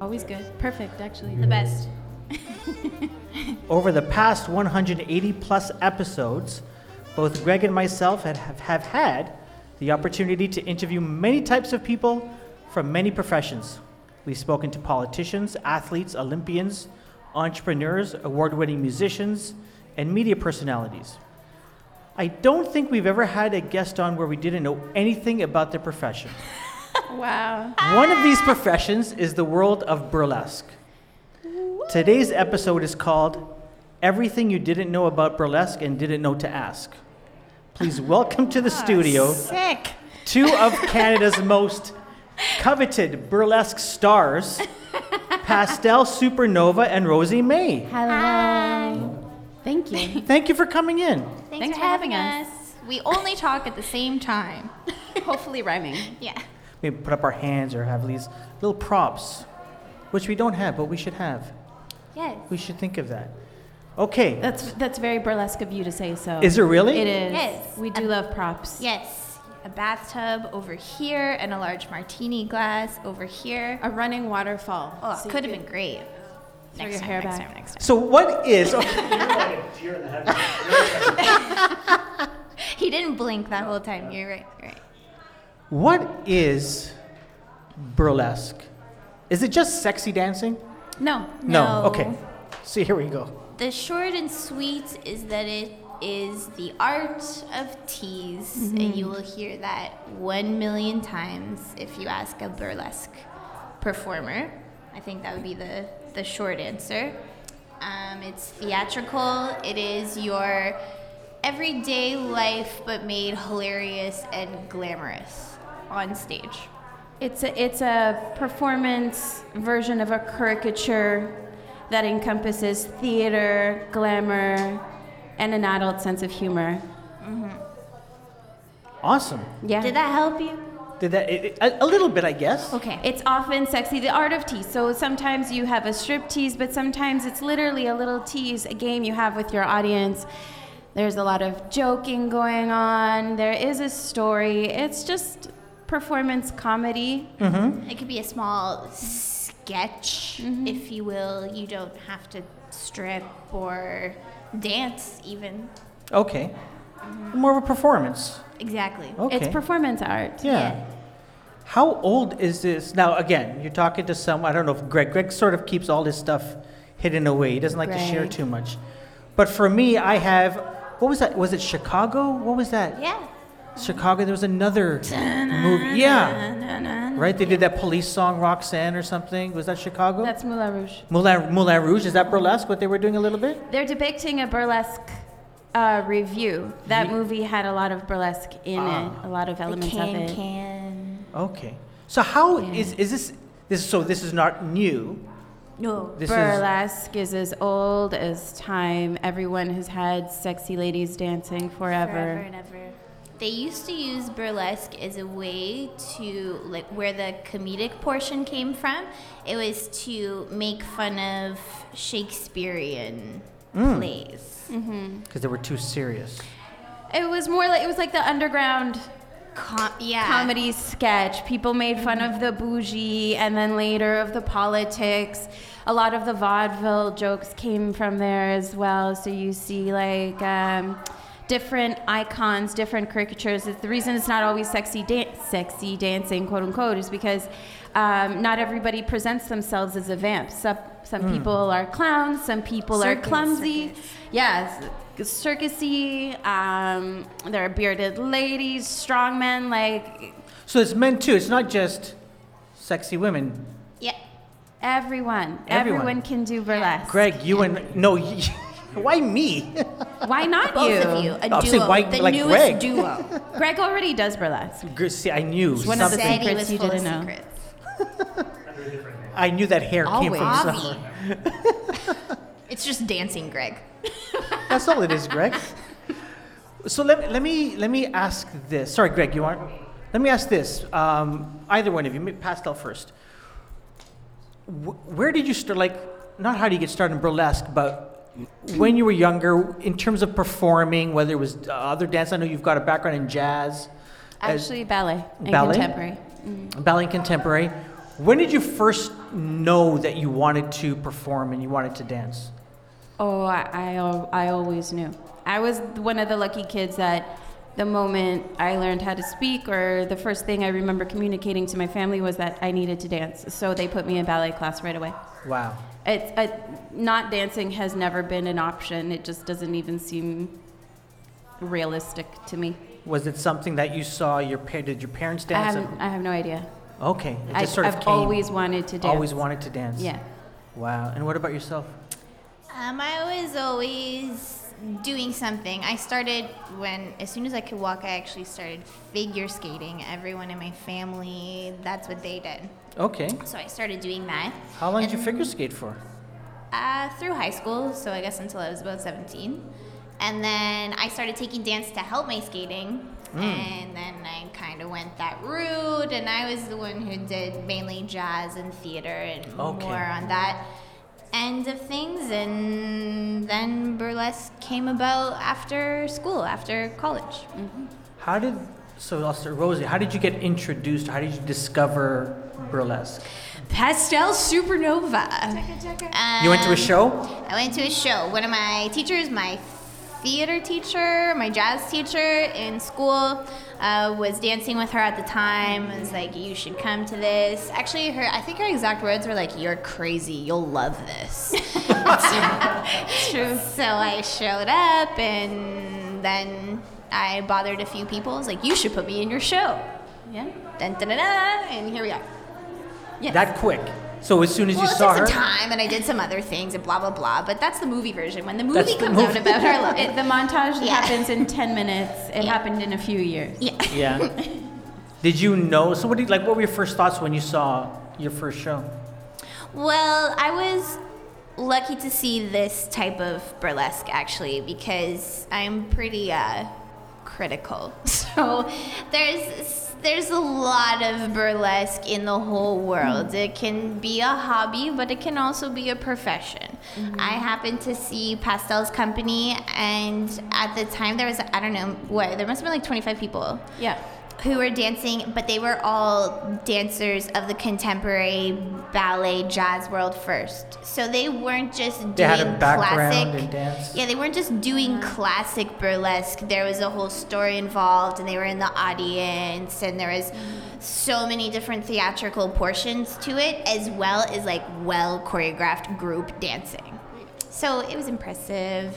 Always good. Perfect, actually. The best. Over the past 180 plus episodes, both Greg and myself had- have, have had the opportunity to interview many types of people from many professions. We've spoken to politicians, athletes, Olympians, entrepreneurs, award winning musicians, and media personalities. I don't think we've ever had a guest on where we didn't know anything about their profession. Wow. One of these professions is the world of burlesque. Today's episode is called Everything You Didn't Know About Burlesque and Didn't Know to Ask. Please welcome to the studio Sick. two of Canada's most coveted burlesque stars, Pastel Supernova and Rosie May. Hello. Thank you. Thank you for coming in. Thanks, for, having us. We only talk at the same time. Hopefully rhyming. Yeah. Maybe put up our hands or have these little props, which we don't have, but we should have. Yes. We should think of that. Okay. That's that's very burlesque of you to say so. Is it really? It is. Yes. We do love props. Yes. A bathtub over here and a large martini glass over here. A running waterfall. Oh, So you could have could- been great. Throw next your time, hair next back. time, next So what is time. He didn't blink that whole time. You're right. You're right. what is burlesque? Is it just sexy dancing? No. Okay. See, here we go. The short and sweet is that it is the art of tease, and you will hear that one million times if you ask a burlesque performer. I think that would be the, the short answer. Um, it's theatrical, it is your everyday life, but made hilarious and glamorous on stage. It's a it's a performance version of a caricature that encompasses theater, glamour, and an adult sense of humor. Awesome. Yeah. Did that help you? Did that it, it- a, a little bit, I guess. Okay. It's often sexy, the art of tease. So sometimes you have a strip tease, but sometimes it's literally a little tease, a game you have with your audience. There's a lot of joking going on. There is a story. It's just performance comedy. It could be a small sketch, if you will. You don't have to strip or dance, even. Okay. More of a performance. Exactly. Okay. It's performance art. yeah. How old is this? Now, again, you're talking to some. I don't know if Greg. Greg sort of keeps all his stuff hidden away. He doesn't like to share Greg. too much. But for me, I have. What was that? Was it Chicago? What was that? Yeah. Chicago, there was another movie. Yeah. Right? They did that police song, Roxanne or something. Was that Chicago? That's Moulin Rouge. Moulin, Moulin Rouge. Is that burlesque, what they were doing a little bit? They're depicting a burlesque uh, review. That movie had a lot of burlesque in Ah. it, a lot of The elements of can it. can. Okay. So, how is Yeah. is, this, this? So, this is not new. No. This Burlesque is as old as time. Everyone has had sexy ladies dancing forever. Forever and ever. They used to use burlesque as a way to, like, where the comedic portion came from. It was to make fun of Shakespearean Mm. plays. is because they were too serious. It was more like it was like the underground Com- yeah. comedy sketch. People made fun of the bougie and then later of the politics. A lot of the vaudeville jokes came from there as well. So you see like um, different icons, different caricatures. It's the reason it's not always sexy, dan- sexy dancing, quote unquote, is because um, not everybody presents themselves as a vamp. Some, some people are clowns. Some people are Circus, clumsy. Yes, circusy. Um, there are bearded ladies, strong men. Like So, it's men too. It's not just sexy women. Yeah. everyone, everyone, Everyone. can do burlesque. Greg, you and. No, y- why me? Why not Both you? of you. A I'm saying duo. why- the like newest Greg. duo. Greg already does burlesque. Gr- See, I knew. one of the something- Said he secrets was you full of didn't know. secrets. I knew that hair came Always. from Avi. somewhere. it's just dancing, Greg. That's all it is, Greg. So let, let me let me ask this. Sorry, Greg, you want? Let me ask this. Um, either one of you, maybe Pastel first. Wh- where did you start? Like, not how do you get started in burlesque, but when you were younger, in terms of performing, whether it was uh, other dance. I know you've got a background in jazz, as Actually, ballet and Ballet? contemporary. ballet, and contemporary. When did you first know that you wanted to perform and you wanted to dance? Oh, I, I, al- I always knew. I was one of the lucky kids that the moment I learned how to speak, or the first thing I remember communicating to my family was that I needed to dance. So they put me in ballet class right away. Wow. It's uh not dancing has never been an option. It just doesn't even seem realistic to me. Was it something that you saw your pa- did your parents I dance? haven't. I have no idea. okay, it just Um, I, sort of I've came. always wanted to dance. Always wanted to dance. Yeah. Wow. And what about yourself? Um, I was always doing something. I started when, as soon as I could walk, I actually started figure skating. Everyone in my family, that's what they did. Okay. So I started doing that How long did you figure skate for? uh, through high school, so I guess until I was about 17. And then I started taking dance to help my skating. Hmm. And then I kind of went that route, and I was the one who did mainly jazz and theater and Okay. more on that end of things. And then burlesque came about after school, after college. How did so I'll start- Rosie? How did you get introduced? How did you discover burlesque? Pastel Supernova. You went to a Um, show. I went to a show. One of my teachers, my theater teacher, my jazz teacher in school, uh, was dancing with her at the time. and Was like, "You should come to this." Actually, her I think her exact words were like, "You're crazy. You'll love this." True. So I showed up, and then I bothered a few people. I was like, "You should put me in your show." Yeah. Dun, dun, dun, dun, and here we are. Yes. That quick. So as soon as Well, you it saw took her, some time, and I did some other things, and blah blah blah. But that's the movie version. When the movie That's the comes movie. out about her, I love It, it. the montage Yeah. happens in 10 minutes. It Yeah. happened in a few years. Yeah. yeah. did you know? So what did like? What were your first thoughts when you saw your first show? Well, I was lucky to see this type of burlesque actually because I'm pretty uh, critical. So there's there's a lot of burlesque in the whole world. It can be a hobby, but it can also be a profession. I happened to see Pastel's company, and at the time there was I don't know what there must have been like 25 people Yeah. who were dancing, but they were all dancers of the contemporary ballet jazz world first. So they weren't just doing They had a background classic in dance. Yeah, they weren't just doing classic burlesque. There was a whole story involved and they were in the audience and there was so many different theatrical portions to it as well as like well choreographed group dancing. So it was impressive.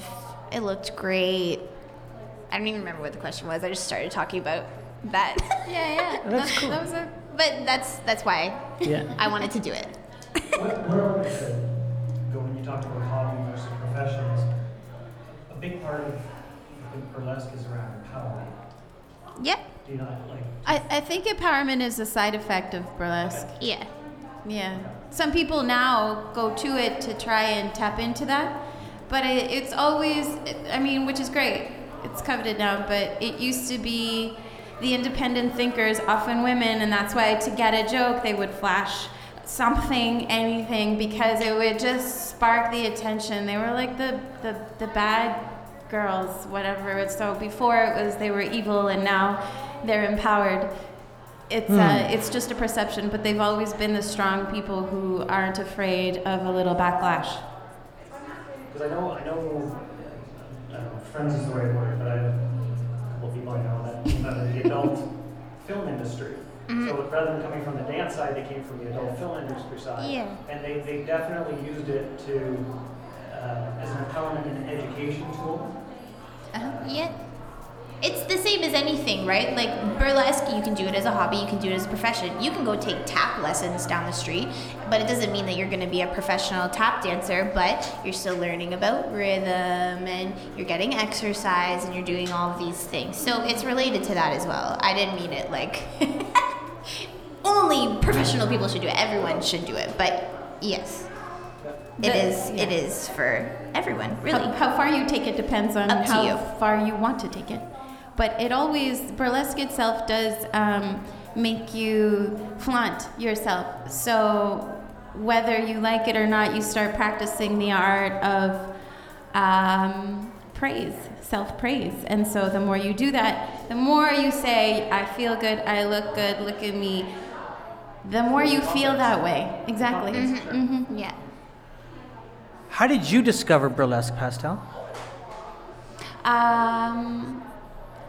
It looked great. I don't even remember what the question was. I just started talking about that. Yeah, yeah. That's That- cool. that was a but that's that's why Yeah. I wanted to do it. What, where I would say, go when you talked about hobby versus professionals, a big part of I think burlesque is around empowerment. Yeah. Do you not like? I, I think empowerment is a side effect of burlesque. Yeah. Yeah. Some people now go to it to try and tap into that, but it, it's always, I mean, which is great. It's coveted now, but it used to be the independent thinkers, often women, and that's why to get a joke, they would flash something, anything, because it would just spark the attention. They were like the, the, the bad girls, whatever. So before it was they were evil, and now they're empowered. It's uh, it's just a perception, but they've always been the strong people who aren't afraid of a little backlash. Because I know, I know, I don't know, friends is the right word, but I have a couple of people I know that came out of the adult film industry. So rather than coming from the dance side, they came from the adult film industry side. Yeah. And they, they definitely used it to, uh, as an empowerment and education tool. Uh-huh, Yeah. It's the same as anything, right? Like burlesque, you can do it as a hobby, you can do it as a profession. You can go take tap lessons down the street, but it doesn't mean that you're going to be a professional tap dancer, but you're still learning about rhythm and you're getting exercise and you're doing all of these things. So it's related to that as well. I didn't mean it like only professional people should do it. Everyone should do it. But yes, it The- is it yeah. is for everyone, How, really. how far you take it depends on Up to how you. far you want to take it. But it always, burlesque itself does um, make you flaunt yourself. So whether you like it or not, you start practicing the art of um, praise, self praise. And so the more you do that, the more you say, I feel good, I look good, look at me the more you feel that way. Exactly. Mm-hmm. Mm-hmm. Yeah. How did you discover burlesque, Pastel? Um,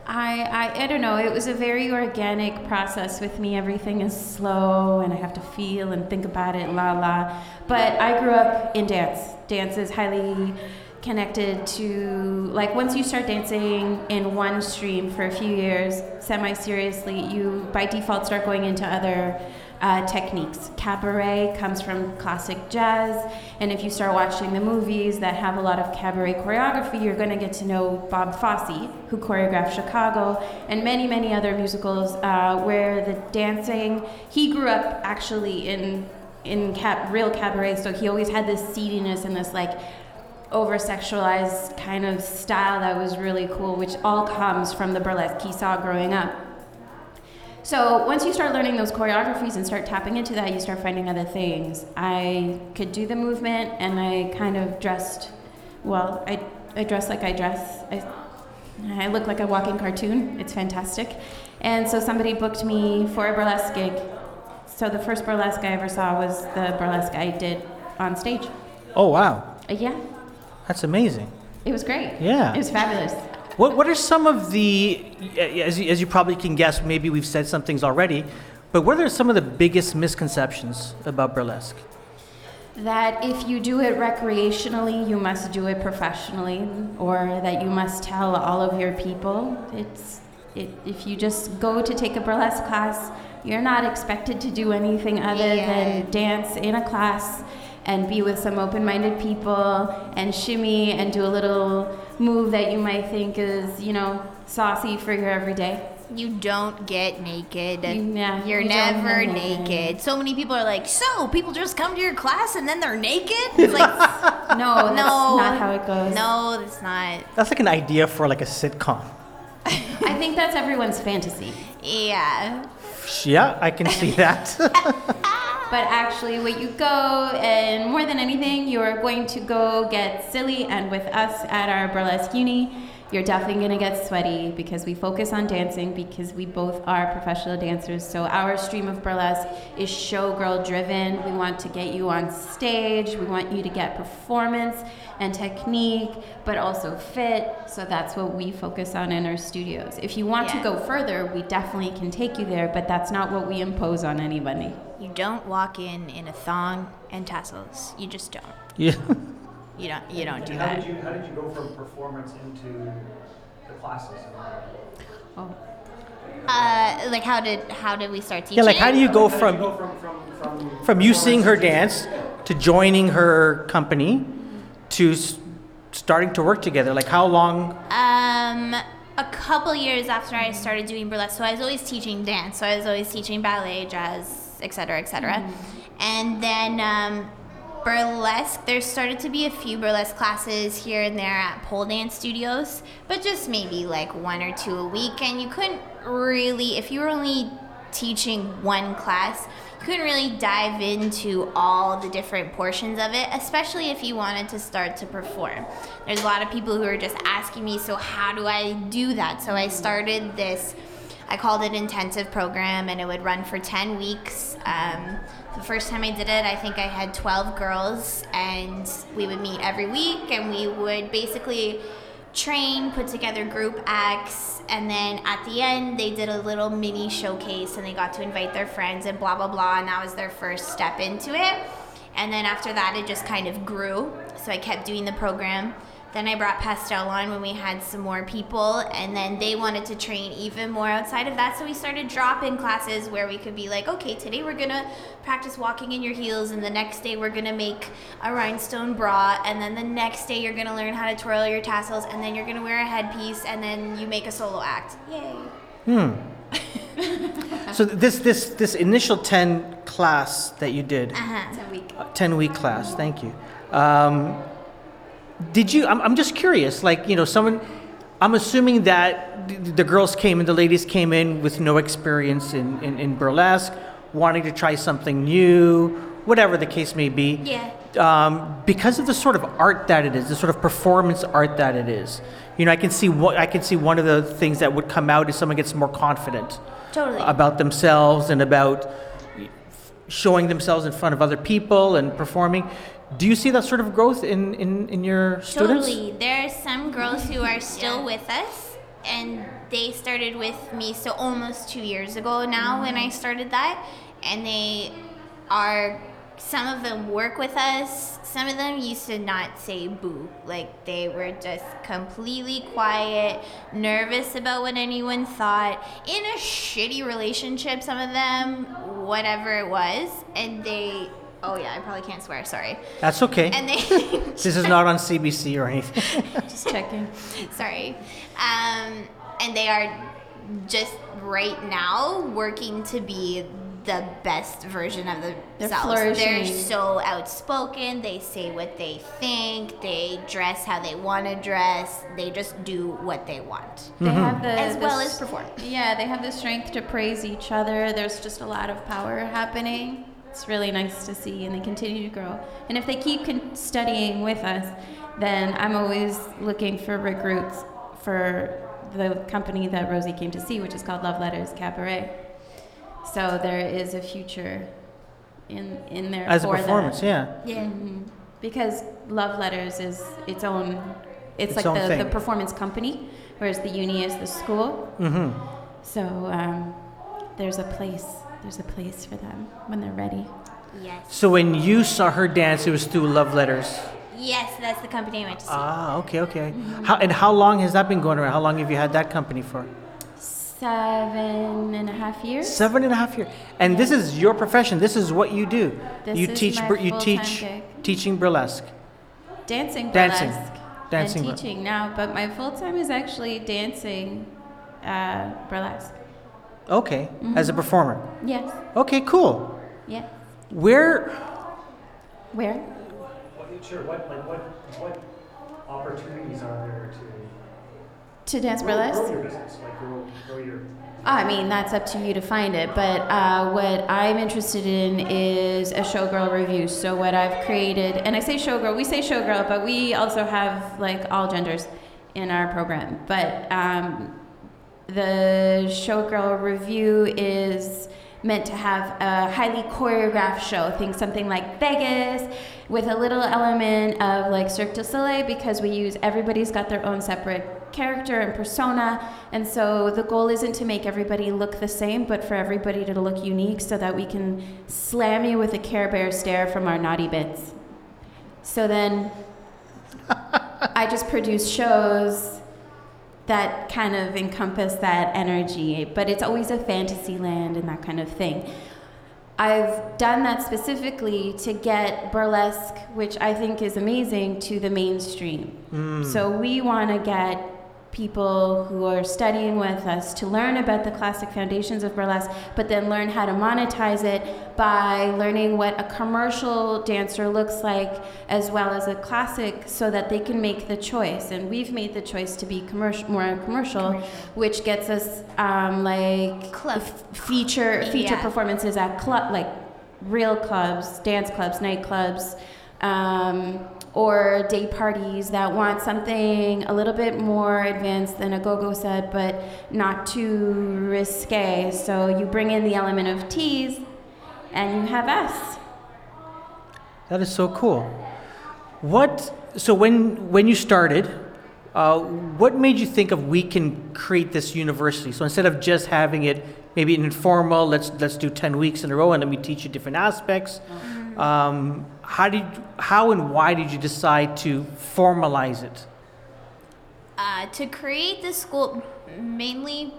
I, I, I don't know. It was a very organic process with me. Everything is slow, and I have to feel and think about it, la la. But I grew up in dance. Dance is highly connected to like once you start dancing in one stream for a few years, semi seriously, you by default start going into other uh, techniques. Cabaret comes from classic jazz, and if you start watching the movies that have a lot of cabaret choreography, you're going to get to know Bob Fosse, who choreographed Chicago, and many, many other musicals uh, where the dancing. He grew up actually in in cap, real cabaret, so he always had this seediness and this like over sexualized kind of style that was really cool, which all comes from the burlesque he saw growing up. So once you start learning those choreographies and start tapping into that, you start finding other things. I could do the movement, and I kind of dressed. Well, I I dress like I dress. I I look like a walking cartoon. It's fantastic. And so somebody booked me for a burlesque gig. So the first burlesque I ever saw was the burlesque I did on stage. Oh wow, Uh, yeah, that's amazing. it was great. Yeah. it was fabulous. What What are some of the, as you, as you probably can guess, maybe we've said some things already, but what are some of the biggest misconceptions about burlesque? that if you do it recreationally, you must do it professionally, or that you must tell all of your people. It's it, if you just go to take a burlesque class, you're not expected to do anything other Yeah. than dance in a class and be with some open-minded people and shimmy and do a little move that you might think is you know saucy for your everyday. You don't get naked. Yeah, You're you don't never get naked. naked. So many people are like, so people just come to your class and then they're naked? It's like, No, that's no. not how it goes. No, that's not. That's like an idea for like a sitcom. I think that's everyone's fantasy. Yeah. Yeah, I can see that. But actually, what you go and more than anything, you are going to go get silly. And with us at our burlesque uni, you're definitely going to get sweaty because we focus on dancing because we both are professional dancers. So our stream of burlesque is showgirl driven. We want to get you on stage. We want you to get performance and technique, but also fit. So that's what we focus on in our studios. If you want Yeah. to go further, we definitely can take you there, but that's not what we impose on anybody. You don't walk in in a thong and tassels. You just don't. yeah. You don't. You don't And do how that. Did you, how did you go from performance into the classes? Oh. Uh, like how did how did we start teaching? yeah, like how do you go How did you from go from, from, from, from you seeing her performance dance to joining her company to s- starting to work together? Like how long? Um, a couple years after I started doing burlesque, so I was always teaching dance. So I was always teaching ballet, jazz, etc., cetera, etc. Cetera. And then um, burlesque, there started to be a few burlesque classes here and there at pole dance studios, but just maybe like one or two a week. And you couldn't really, if you were only teaching one class, you couldn't really dive into all the different portions of it, especially if you wanted to start to perform. There's a lot of people who are just asking me, so how do I do that? So I started this, I called it intensive program, and it would run for 10 weeks. Um, the first time I did it, I think I had 12 girls, and we would meet every week, and we would basically train, put together group acts, and then at the end they did a little mini showcase and they got to invite their friends and blah blah blah, and that was their first step into it. And then after that, it just kind of grew. So I kept doing the program. Then I brought Pastel on when we had some more people, and then they wanted to train even more outside of that. So we started drop in classes where we could be like, okay, today we're gonna practice walking in your heels, and the next day we're gonna make a rhinestone bra, and then the next day you're gonna learn how to twirl your tassels, and then you're gonna wear a headpiece, and then you make a solo act. Yay! So this this this initial ten class that you did. Uh-huh. Uh, 10 week class thank you um, did you I'm, I'm just curious like you know someone i'm assuming that th- the girls came and the ladies came in with no experience in, in, in burlesque wanting to try something new whatever the case may be Yeah. um, because of the sort of art that it is, the sort of performance art that it is, you know, I can see what I can see. One of the things that would come out is someone gets more confident Totally. about themselves and about showing themselves in front of other people and performing. Do you see that sort of growth in, in, in your students? Totally. There are some girls who are still with us, and they started with me so almost two years ago now when I started that, and they are. Some of them work with us. Some of them used to not say boo. Like they were just completely quiet, nervous about what anyone thought, in a shitty relationship, some of them, whatever it was. And they, oh yeah, I probably can't swear, sorry. That's okay. And they this is not on CBC or anything. Just checking. sorry. Um, and they are just right now working to be the best version of They're themselves. They're, flourishing. so outspoken. They say what they think. They dress how they want to dress. They just do what they want, They Mm-hmm. have the as the well s- as perform. Yeah, they have the strength to praise each other. There's just a lot of power happening. It's really nice to see, and they continue to grow. And if they keep con- studying with us, then I'm always looking for recruits for the company that Rosie came to see, which is called Love Letters Cabaret. So there is a future in in there As a for them. performance, yeah. Yeah. Mhm. Because Love Letters is its own, it's, Its like own the, the thing. performance company, whereas the uni is the school. Mm-hmm. So um, there's a place, there's a place for them when they're ready. Yes. So when you saw her dance, it was through love letters. Yes, that's the company I went to see. Ah, okay, okay. How, and how long has that been going around? How long have you had that company for? Seven and a half years. Seven and a half years. And this is your profession. This is what you do. This you is teach. my bur- you full-time teach gig. teaching burlesque. Dancing, Dancing. burlesque, Dancing bur- and teaching now, but my full time is actually dancing uh, burlesque. Okay, as a Mm-hmm. performer. Yes, Okay, cool. yes. Where? Where? What, sure, what, like, what, what opportunities are there to To dance grow, burlesque? grow your business, like grow, grow your I mean, that's up to you to find it. But uh, what I'm interested in is a showgirl review. So what I've created, and I say showgirl, we say showgirl, but we also have like all genders in our program. But um, the showgirl review is meant to have a highly choreographed show. Think something like Vegas with a little element of like Cirque du Soleil because we use everybody's got their own separate character and persona. And so the goal isn't to make everybody look the same, but for everybody to look unique so that we can slam you with a Care Bear stare from our naughty bits. So then I just produce shows that kind of encompass that energy, but it's always a fantasy land and that kind of thing. I've done that specifically to get burlesque, which I think is amazing, to the mainstream. So we want to get people who are studying with us to learn about the classic foundations of burlesque, but then learn how to monetize it by learning what a commercial dancer looks like as well as a classic so that they can make the choice. And we've made the choice to be commercial, more commercial, which gets us um, like Club. feature feature Yeah. performances at club like real clubs, dance clubs, nightclubs, um, or day parties that want something a little bit more advanced than a go-go set, but not too risque. So you bring in the element of tease, and you have us. That is so cool. What? So when when you started, uh, what made you think of we can create this university? So instead of just having it maybe an informal, let's let's do ten weeks in a row and let me teach you different aspects. Um, how did how and why did you decide to formalize it? Uh, to create the school, mainly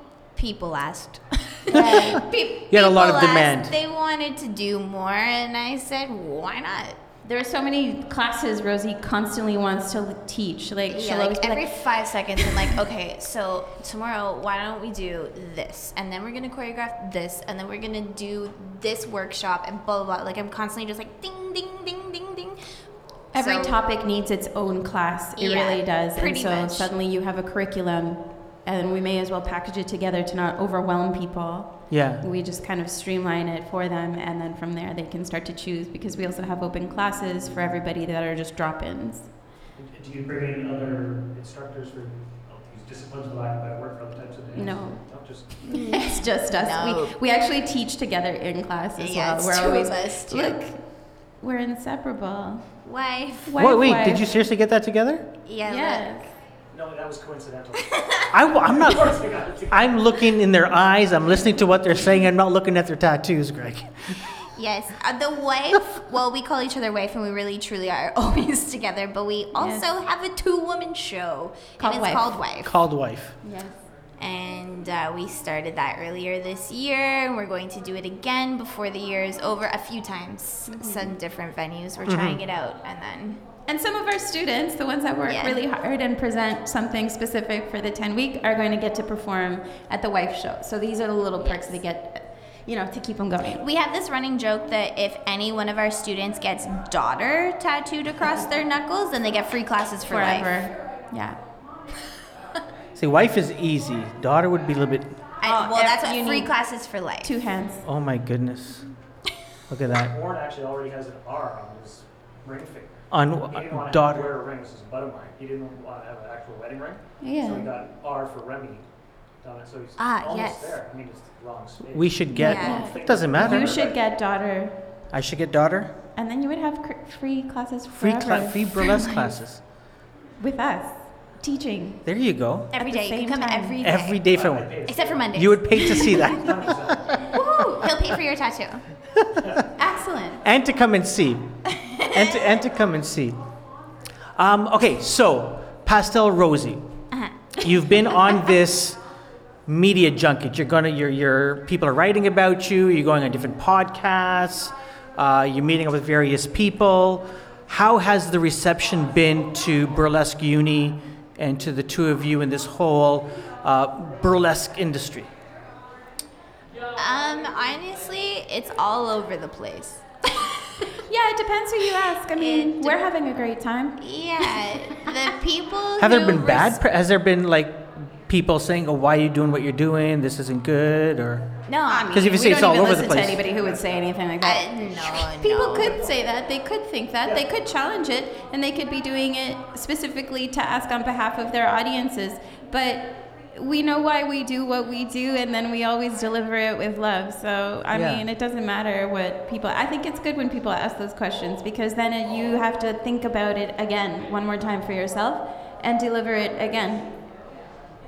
people asked. Pe- You had a lot of people demand. asked, They wanted to do more, and I said, why not? There are so many classes Rosie constantly wants to l- teach. Like she'll Yeah, always like be every like, five seconds, I'm like, okay, so tomorrow, why don't we do this? And then we're gonna choreograph this, and then we're gonna do this workshop, and blah blah. blah. Like I'm constantly just like ding ding ding ding ding. every So- topic needs its own class. It Yeah, really does. And pretty so much. suddenly you have a curriculum, and we may as well package it together to not overwhelm people. Yeah. We just kind of streamline it for them, and then from there they can start to choose because we also have open classes for everybody that are just drop ins. Do oh, you bring in other instructors for these disciplines, for lack of a better word, for other types of dance? No. Don't Just It's just us. No. We, we actually teach together in class as Yeah, well. it's We're two of always us, too. look. We're inseparable. Wife. Wife, Wait, wait, wife. did you seriously get that together? Yeah. Yes. no, that was coincidental. uh, I, am of not. course, I got it. I'm looking in their eyes. I'm listening to what they're saying. I'm not looking at their tattoos, Greg. look. Yes. Uh, the wife. well, we call each other wife, and we really truly are always together. But we also have a two-woman show, Called and Wife. it's called Wife. Called wife. Yes. and uh, we started that earlier this year and we're going to do it again before the year is over a few times Mm-hmm. some different venues we're trying it out and then And some of our students, the ones that work Yeah. really hard and present something specific for the 10 week, are going to get to perform at the wife show. So these are the little perks to get, you know, to keep them going. we have this running joke that if any one of our students gets daughter tattooed across their knuckles then they get free classes for life Forever. Yeah. See, wife is easy. Daughter would be a little bit. I, Oh, well ev- that's what you free need- classes for life Two hands. Oh my goodness. Look at that. Warren actually already has an R on his ring finger. On He didn't want uh, to daughter. wear a ring. This is a bud of mine. He didn't want to have an actual wedding ring. So he Yeah. got R for Remy. Done it. So he's Ah, almost yes. there. I mean, it's the wrong space. We should get. Yeah. It doesn't matter. You should get daughter, I should get daughter. and then you would have cr- free classes Free, forever cla- free burlesque classes. with us teaching. There you go. every the day you same can come time. every day Every day for I one. paid except for mondays You would pay to see that. $20. Woo! he'll pay for your tattoo excellent and to come and see. and, to, and to come and see. Um, okay, so Pastel Rosie, uh-huh. you've been on this media junket. You're gonna, your your people are writing about you. You're going on different podcasts. Uh, you're meeting up with various people. How has the reception been to Burlesque Uni and to the two of you in this whole uh, burlesque industry? um honestly it's all over the place Yeah, it depends who you ask. I mean, It we're having a great time. Yeah, the people. Have there who been res- bad? Pre- has there been like people saying, "Oh, why are you doing what you're doing? This isn't good," or No, I mean, 'Cause if you we say it's don't all even over the listen place. to anybody who would say anything like that. I, no, People no. could say that. They could think that. They could challenge it, and they could be doing it specifically to ask on behalf of their audiences. But we know why we do what we do, and then we always deliver it with love. So I Yeah. mean, it doesn't matter what people. I think it's good when people ask those questions because then it, you have to think about it again one more time for yourself and deliver it again.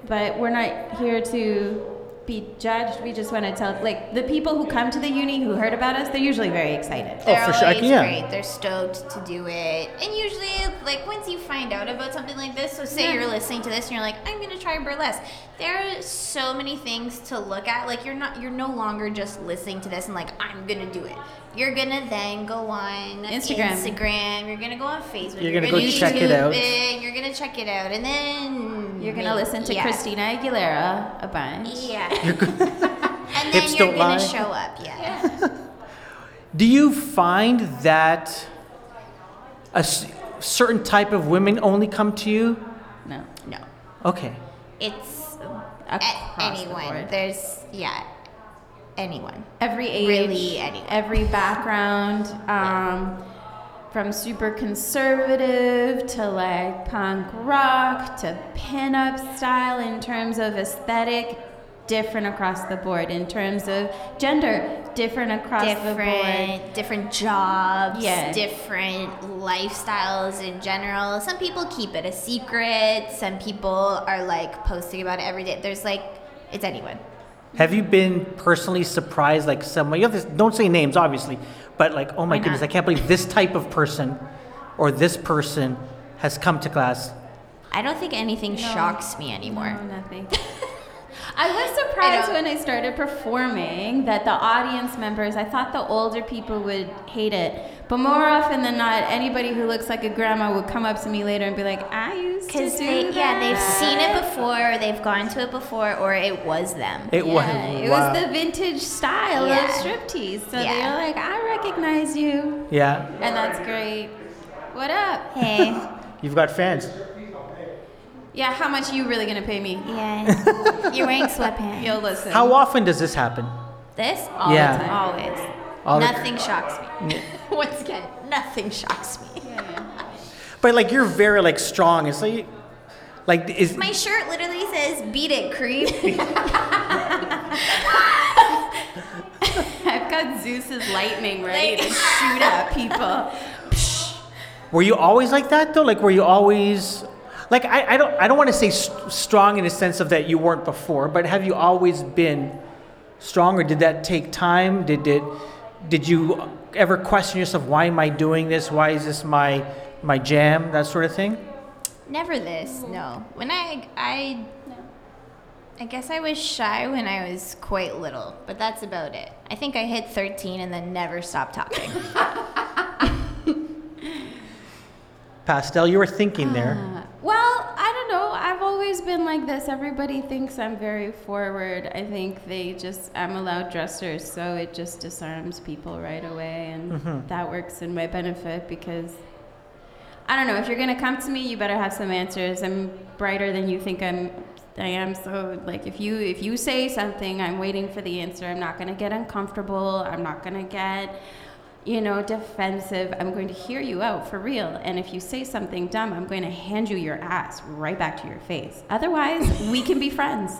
But we're not here to be judged. We just want to tell, like, the people who come to the uni who heard about us, they're usually very excited. They're for sure, I always can- yeah. great. They're stoked to do it, and usually, like once you find out about something like this, so say Yeah. you're listening to this and you're like, I'm gonna try burlesque. There are so many things to look at. Like you're not, you're no longer just listening to this and like I'm gonna do it. You're gonna then go on Instagram. Instagram. You're gonna go on Facebook. You're gonna go check it YouTube out. it, You're gonna check it out, and then You're gonna maybe- listen to yeah. Christina Aguilera a bunch. Yeah. and then Hips you're don't lie. gonna show up, yeah. do you find that a s- certain type of women only come to you? No, No. Okay, It's a- Across the anyone. board. There's yeah. Anyone. every age, Really anyone. every background, um, from super conservative to like punk rock to pinup style in terms of aesthetic, different across the board. In terms of gender, different across the board. Different different jobs, Yeah. different lifestyles in general. Some people keep it a secret, some people are like posting about it every day. There's like it's anyone. have you been personally surprised? Like someone, you have to, don't say names, obviously, but like, oh my Why goodness, not? I can't believe this type of person or this person has come to class. I don't think anything shocks me anymore. No, Oh, nothing. I was surprised I when I started performing that the audience members, I thought the older people would hate it. But more often than not, anybody who looks like a grandma would come up to me later and be like, I used to do Because they, that. yeah, they've seen it before, or they've gone to it before, or it was them. It was Yeah, it wow. was the vintage style Yeah. of striptease. So Yeah. they're like, I recognize you. yeah. And that's great. What up? Hey, You've got fans. Yeah, how much you really going to pay me? yeah, you're wearing sweatpants. You'll listen. How often does this happen? This all Yeah. the time, always. All the- nothing shocks me. Once again, nothing shocks me. But like, you're very like strong. It's like, like is My shirt literally says "Beat it, creep." had Zeus's lightning ready to shoot at people. Were you always like that though? Like, were you always like I, I don't I don't want to say st- strong in a sense of that you weren't before, but have you always been strong, or did that take time? Did it did you ever question yourself? Why am I doing this? Why is this my my jam? That sort of thing. Never this, no. When I I I guess I was shy when I was quite little, but that's about it. I think I hit 13 and then never stopped talking. Pastel, you were thinking there. Uh, well, I don't know. I've always been like this. Everybody thinks I'm very forward. I think they just I'm a loud dresser, so it just disarms people right away, and that works in my benefit because I don't know. If you're gonna come to me, you better have some answers. I'm brighter than you think I'm. I am so like if you if you say something, I'm waiting for the answer. I'm not gonna get uncomfortable. I'm not gonna get, you know, defensive. I'm going to hear you out for real. And if you say something dumb, I'm going to hand you your ass right back to your face. Otherwise, we can be friends.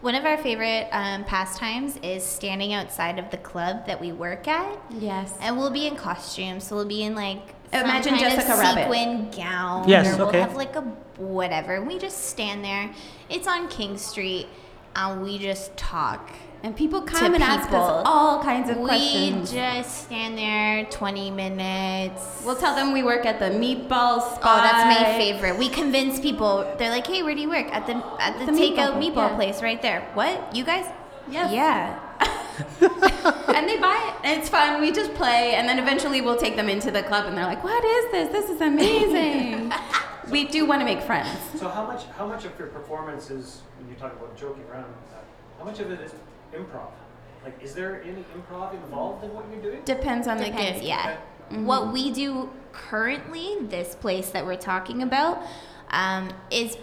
One of our favorite um, pastimes is standing outside of the club that we work at. Yes. And we'll be in costume, so we'll be in like some Imagine kind of Jessica Rabbit. sequin gown. Yes, or we'll okay. have like a whatever. And we just stand there. It's on King Street, and we just talk. And people To come and ask people. us all kinds of We questions. just stand there 20 minutes. We'll tell them we work at the meatball spot. Oh, that's my favorite. We convince people. They're like, "Hey, where do you work?" At the at the, The meatball takeout place, meatball yeah. place right there. What? You guys? Yes. Yeah. and they buy it. And it's fun. We just play, and then eventually we'll take them into the club, and they're like, "What is this? This is amazing." we do want to make friends. So how much how much of your performance is when you talk about joking around? and stuff, How much of it is improv? Like, is there any improv involved in what you're doing? Depends on the Mm-hmm. Depends, gift. yeah. What we do currently, this place that we're talking about, um, is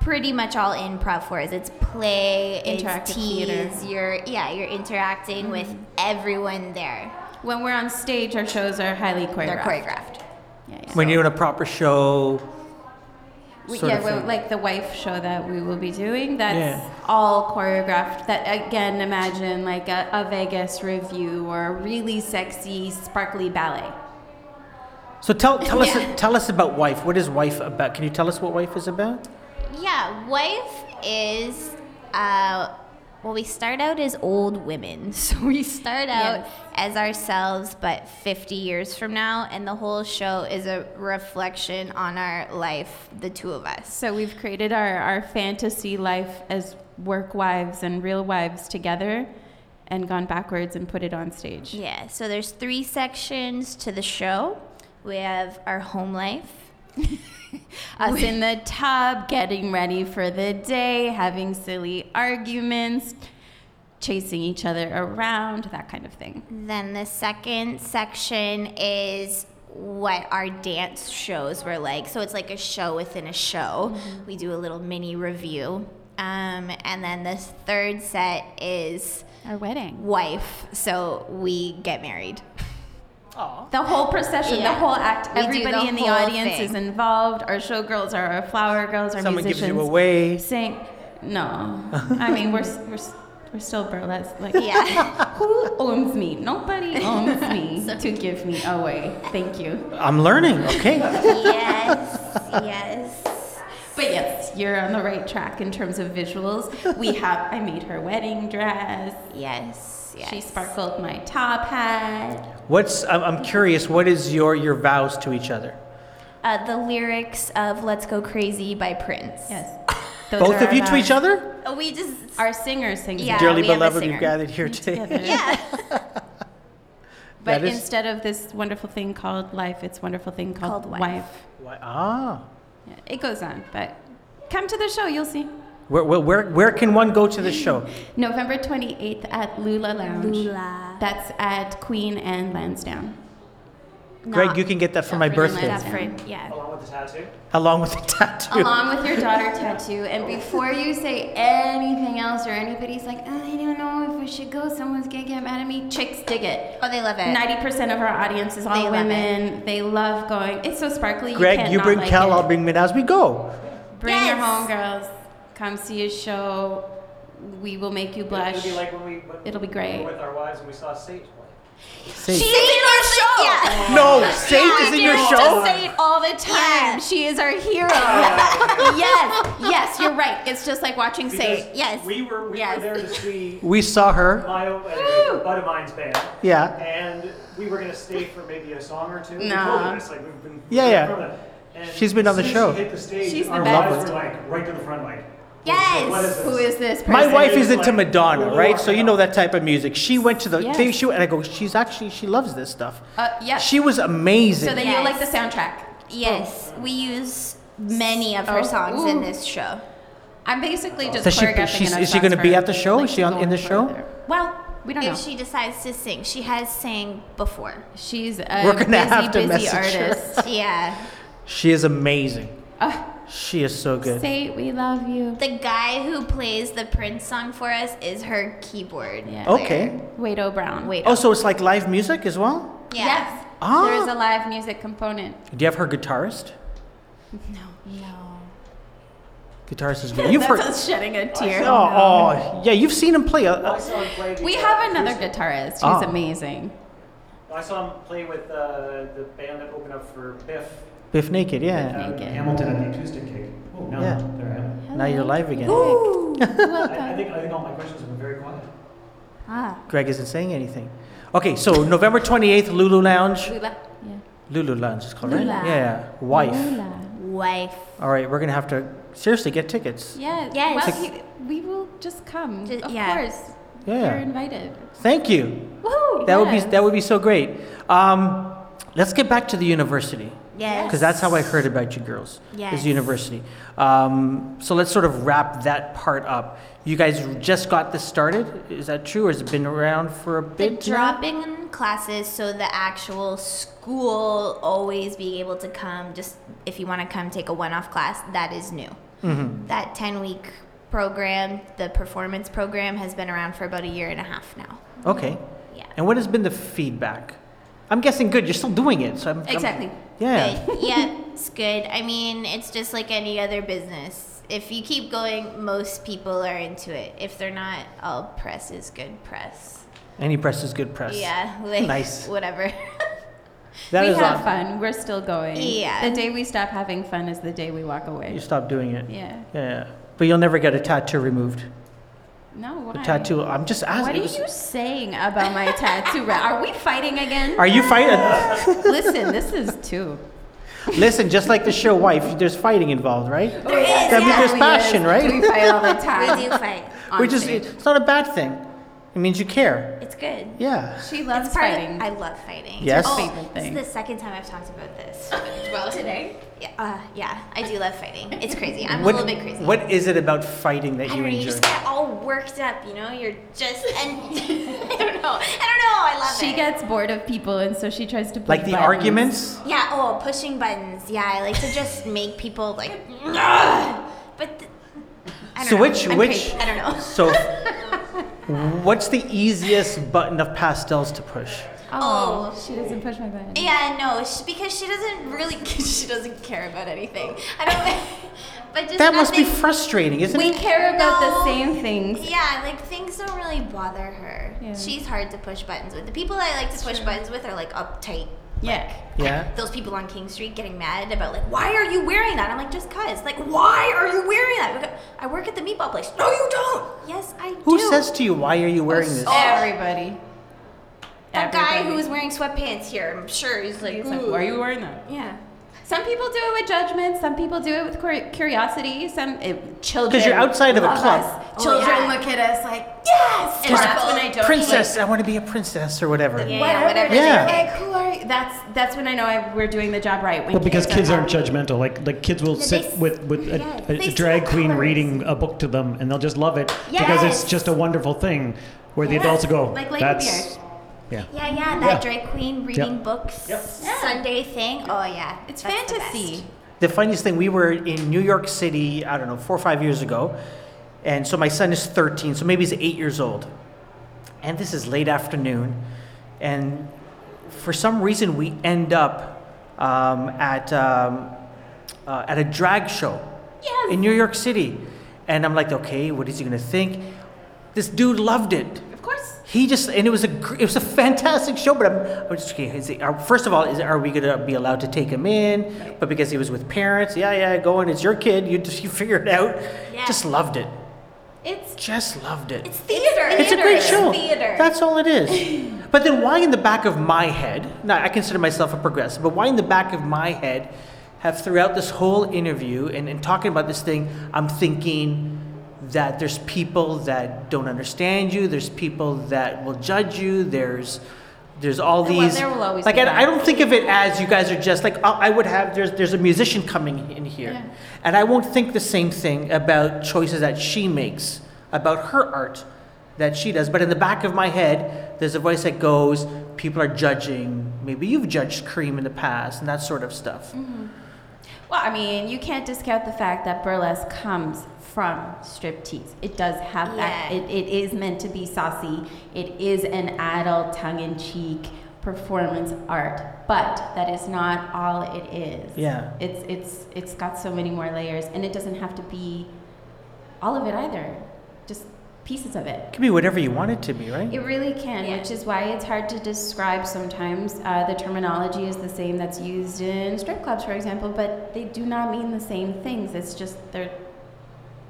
pretty much all improv for us. It's play, it's Interactive tease. theater. Mm-hmm. You're yeah, you're interacting with everyone there. When we're on stage, our shows are highly choreographed. They're choreographed. Yeah, yeah. When you're in a proper show. We- sort yeah, of well, thing. like the wife show that we will be doing. That's Yeah. all choreographed. That again, imagine like a, a Vegas review or a really sexy, sparkly ballet. So tell tell Yeah. us tell us about wife. What is wife about? Can you tell us what wife is about? Yeah, wife is uh well we start out as old women. So we start out Yes. as ourselves but 50 years from now and the whole show is a reflection on our life, the two of us. So we've created our, our fantasy life as work wives and real wives together, and gone backwards and put it on stage. Yeah, so there's three sections to the show. We have our home life. Us in the tub, getting ready for the day, having silly arguments, chasing each other around, that kind of thing. Then the second section is what our dance shows were like. So it's like a show within a show. We do a little mini review. Um, and then the third set is Our wedding. wife. So we get married. The whole procession, Yeah. the whole act, We do everybody the in the whole audience thing. is involved. Our showgirls are our flower girls, our Someone gives musicians. you away. Sing. No. I mean, we're, s- we're, s- we're still burlesque. Like, Yeah. Who owns me? Nobody owns me to give me away. Thank you. I'm learning. Okay. yes. Yes. But yes, you're on the right track in terms of visuals. We have, I made her wedding dress. Yes. Yes. She sparkled my top hat. What's I'm, I'm curious. What is your your vows to each other? Uh, the lyrics of Let's Go Crazy by Prince. Yes. Those Both are of our you to each vows. other, Uh, We just. Our singer sings Yeah, dearly we have a beloved. We've singer. gathered here today. together. Yeah. But That is- instead of this wonderful thing called life, it's wonderful thing called, Called wife. Why- ah, Yeah, it goes on, but come to the show, you'll see. where, where where where can one go to the show? November 28th at Lula Lounge. Lula. That's at Queen and Lansdowne. Greg, Not- you can get that for my for the birthday, last- Different, yeah. Along with the tattoo? along with the tattoo. Along with your daughter tattoo. And before you say anything else or anybody's like, oh, I don't know if we should go, someone's gonna get mad at me, chicks dig it. Oh, they love it. Ninety percent of our audience is all They love women. They love going. It's so sparkly. Greg, can't you not bring like Cal. it. I'll bring Min as we go. Bring your Yes. homegirls. Come see a show. we will make you It'll blush. be like when we, when It'll be we were great. with our wives and we saw Sage play. Sage. She's in our show. no, Sage is in your We show. Just say it all the time. Yeah. She is our hero. yes, yes, you're right. It's just like watching Because Sage. yes, We were, we yes. were there to see We saw her. Mayo and a bud of mine's band. Yeah. And we were gonna stay for maybe a song or two. We No. told her this, like, we've been- Yeah, yeah. And She's been on the as soon show. As she hit the stage, She's the our best. wives were like right to the front, like, Yes. What is this? Who is this person? My wife it is is into like- Madonna, We'll right? walk So you out. know that type of music. She went to the Yes. thing show, and I go, she's actually she loves this stuff. Uh, yeah. She was amazing. so then you like the soundtrack. Yes, we use many of her Oh, songs ooh. in this show. I'm basically just. So she- choreographing she's- enough is she gonna songs be for at the show? Is like she on- in going the show? further. Well, we don't know. If she decides to sing, she has sang before. She's a We're gonna busy, have to busy message her. artist. yeah. she is amazing. Ah, She is so good. say we love you. The guy who plays the Prince song for us is her keyboard. Yeah. player. Okay. Wado Brown. Wait. Oh, so it's like live music as well. Yeah. Yes. Ah. There is a live music component. Do you have her guitarist? No. Guitarist is good. You've heard. us shedding a tear. Oh, oh, yeah. You've seen him play. Uh, I uh, saw him play. the, We uh, have another acoustic- guitarist. He's Ah. amazing. I saw him play with uh, the band that opened up for Biff. Biff Naked, out yeah. of Naked. Hamilton at the acoustic gig. Oh, now Yeah. there I am. Now you're live again. Oh, I, I think I think all my questions have been very quiet. Ah. Greg isn't saying anything. Okay, so November 28th, Lulu Lounge. Lula. Yeah. Lulu Lounge is called, right? Lula. Yeah, yeah. Wife. Lula. Wife. All right, we're going to have to seriously get tickets. Yeah. Yes. Well, he- we will just come. Ju- of yeah. course. You're Yeah. invited. Thank you. Woo! That would be that would be so great. Um, let's get back to the university. Yes. because that's how I heard about you girls is Yes. university. Um, so let's sort of wrap that part up. You guys just got this started, is that true, or has it been around for a The bit? now? dropping in classes, so the actual school always being able to come. Just if you want to come take a one-off class, that is new. Mm-hmm. That ten-week program, the performance program, has been around for about a year and a half now. Okay. Yeah. And what has been the feedback? I'm guessing good. You're still doing it, so I'm, I'm- Exactly. yeah. Good. yep, it's good. I mean, it's just like any other business. If you keep going, most people are into it. If they're not, all press is good press. Any press is good press. Yeah, like Nice. whatever. That we is have awesome. fun. We're still going. Yeah. The day we stop having fun is the day we walk You away. stop doing it. Yeah. Yeah. But you'll never get a tattoo removed. No. Why? The tattoo. I'm just asking. What are it was- you saying about my tattoo? Are we fighting again? Are you fighting? Listen, this is two. Listen, just like the show wife, there's fighting involved, right? There is, That means there's passion, right? We fight all the time. we do fight. on Which is stage. it's not a bad thing. It means you care. It's good. Yeah. She loves It's part of- fighting. I love fighting. Yes. her favorite thing. This is the second time I've talked about this. well, today. Yeah, uh, yeah, I do love fighting. It's crazy. I'm what, a little bit crazy. What is it about fighting that I you don't know. You enjoy? just get all worked up, you know. You're just and I don't know. I don't know. I love She it. gets bored of people, and so she tries to push Like the buttons. arguments? Yeah, oh, pushing buttons. Yeah, I like to just make people like, "Ugh," but th- I don't So know. which- I'm which- crazy. I don't know. So, what's the easiest button of pastels to push? Oh, Oh. she doesn't push my button. Yeah, no, sh because she doesn't really, she doesn't care about anything. I don't. but just That must be nothing- frustrating, isn't We it? care about the No. same things. Yeah, like things don't really bother her. Yeah. She's hard to push buttons with. The people I like to push buttons with are like uptight. Yeah. Yeah. Those people on King Street getting mad about like, why are you wearing that? I'm like, just cause. Like, why are you wearing that? Because I work at the meatball place. No, you don't. Yes, I Who do. says to you, why are you Oh, wearing Oh. this? Everybody. That guy Everybody. who was wearing sweatpants here, I'm sure he's like, He's like, "Ooh." why are you wearing that? Yeah. Some people do it with judgment. Some people do it with cur- curiosity. Some it, children. Because you're outside of a love club. us. Oh, Children yeah. look at us like, Yes. and that's when I don't. Princess, I want to be a princess or whatever. Whatever. Yeah, yeah, whatever. Yeah. Like, who are you? That's that's when I know I, we're doing the job right. When Well, because kids are aren't judgmental. Like like kids will they sit s- with with a, yes, a, they see drag the queen colours. reading a book to them, and they'll just love it because it's Yes. just a wonderful thing. Where the Yes, adults will go, like Lady that's yeah. Yeah, yeah, that Yeah. drag queen reading books Yep. Sunday thing. Oh yeah, It's that's the fantasy. best. The funniest thing, we were in New York City, I don't know, four or five years ago. And so my son is 13, so maybe he's eight years old. And this is late afternoon. And for some reason, we end up um, at, um, uh, at a drag show Yes. in New York City. And I'm like, okay, what is he going to think? This dude loved it. Of course. He just and it was a gr- it was a fantastic show. But I'm, I'm just okay. Is it, are, first of all, is are we gonna be allowed to take him in? But because he was with parents, yeah, yeah, go in. It's your kid. You just you figure it out. Yeah. Just loved it. It's Just loved it. it's theater. It's a great show. Theater. That's all it is. But then, why in the back of my head? Now, I consider myself a progressive, but why in the back of my head have throughout this whole interview and, and talking about this thing, I'm thinking that there's people that don't understand you. There's people that will judge you. There's there's all There will- these there will always like be that. I, I don't think of it as you guys are just like oh, I I would have there's there's a musician coming in here, and I won't think the same thing about choices that she makes about her art that she does. But in the back of my head, there's a voice that goes, people are judging. Maybe you've judged Cream in the past and that sort of stuff. Well, I mean, you can't discount the fact that burlesque comes from striptease. It does have that. Yeah. It, it is meant to be saucy. It is an adult, tongue-in-cheek performance art, but that is not all it is. Yeah. It's it's it's got so many more layers, and it doesn't have to be all of it either. Just pieces of it. It can be whatever you want it to be, right? It really can, Yeah. which is why it's hard to describe sometimes. Uh, the terminology is the same that's used in strip clubs, for example, but they do not mean the same things. It's just they're,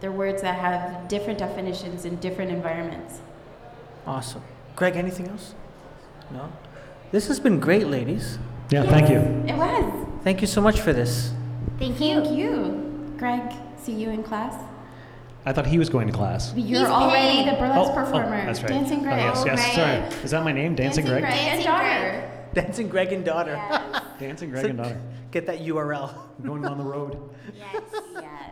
they're words that have different definitions in different environments. Awesome. Greg, anything else? No? This has been great, ladies. Yeah, thank you. It was. Thank you so much for this. Thank you. Thank you. Greg, see you in class. I thought he was going to class. You're He's already paid. the burlesque Oh, oh, performer. that's right. Dancing Greg. Oh, yes, yes. Greg. Sorry. Is that my name? Dancing, Greg? And Dancing daughter. Greg. Dancing Greg and daughter. Yes. Dancing Greg So- and daughter. Get that URL. Going on the road. yes. Yes.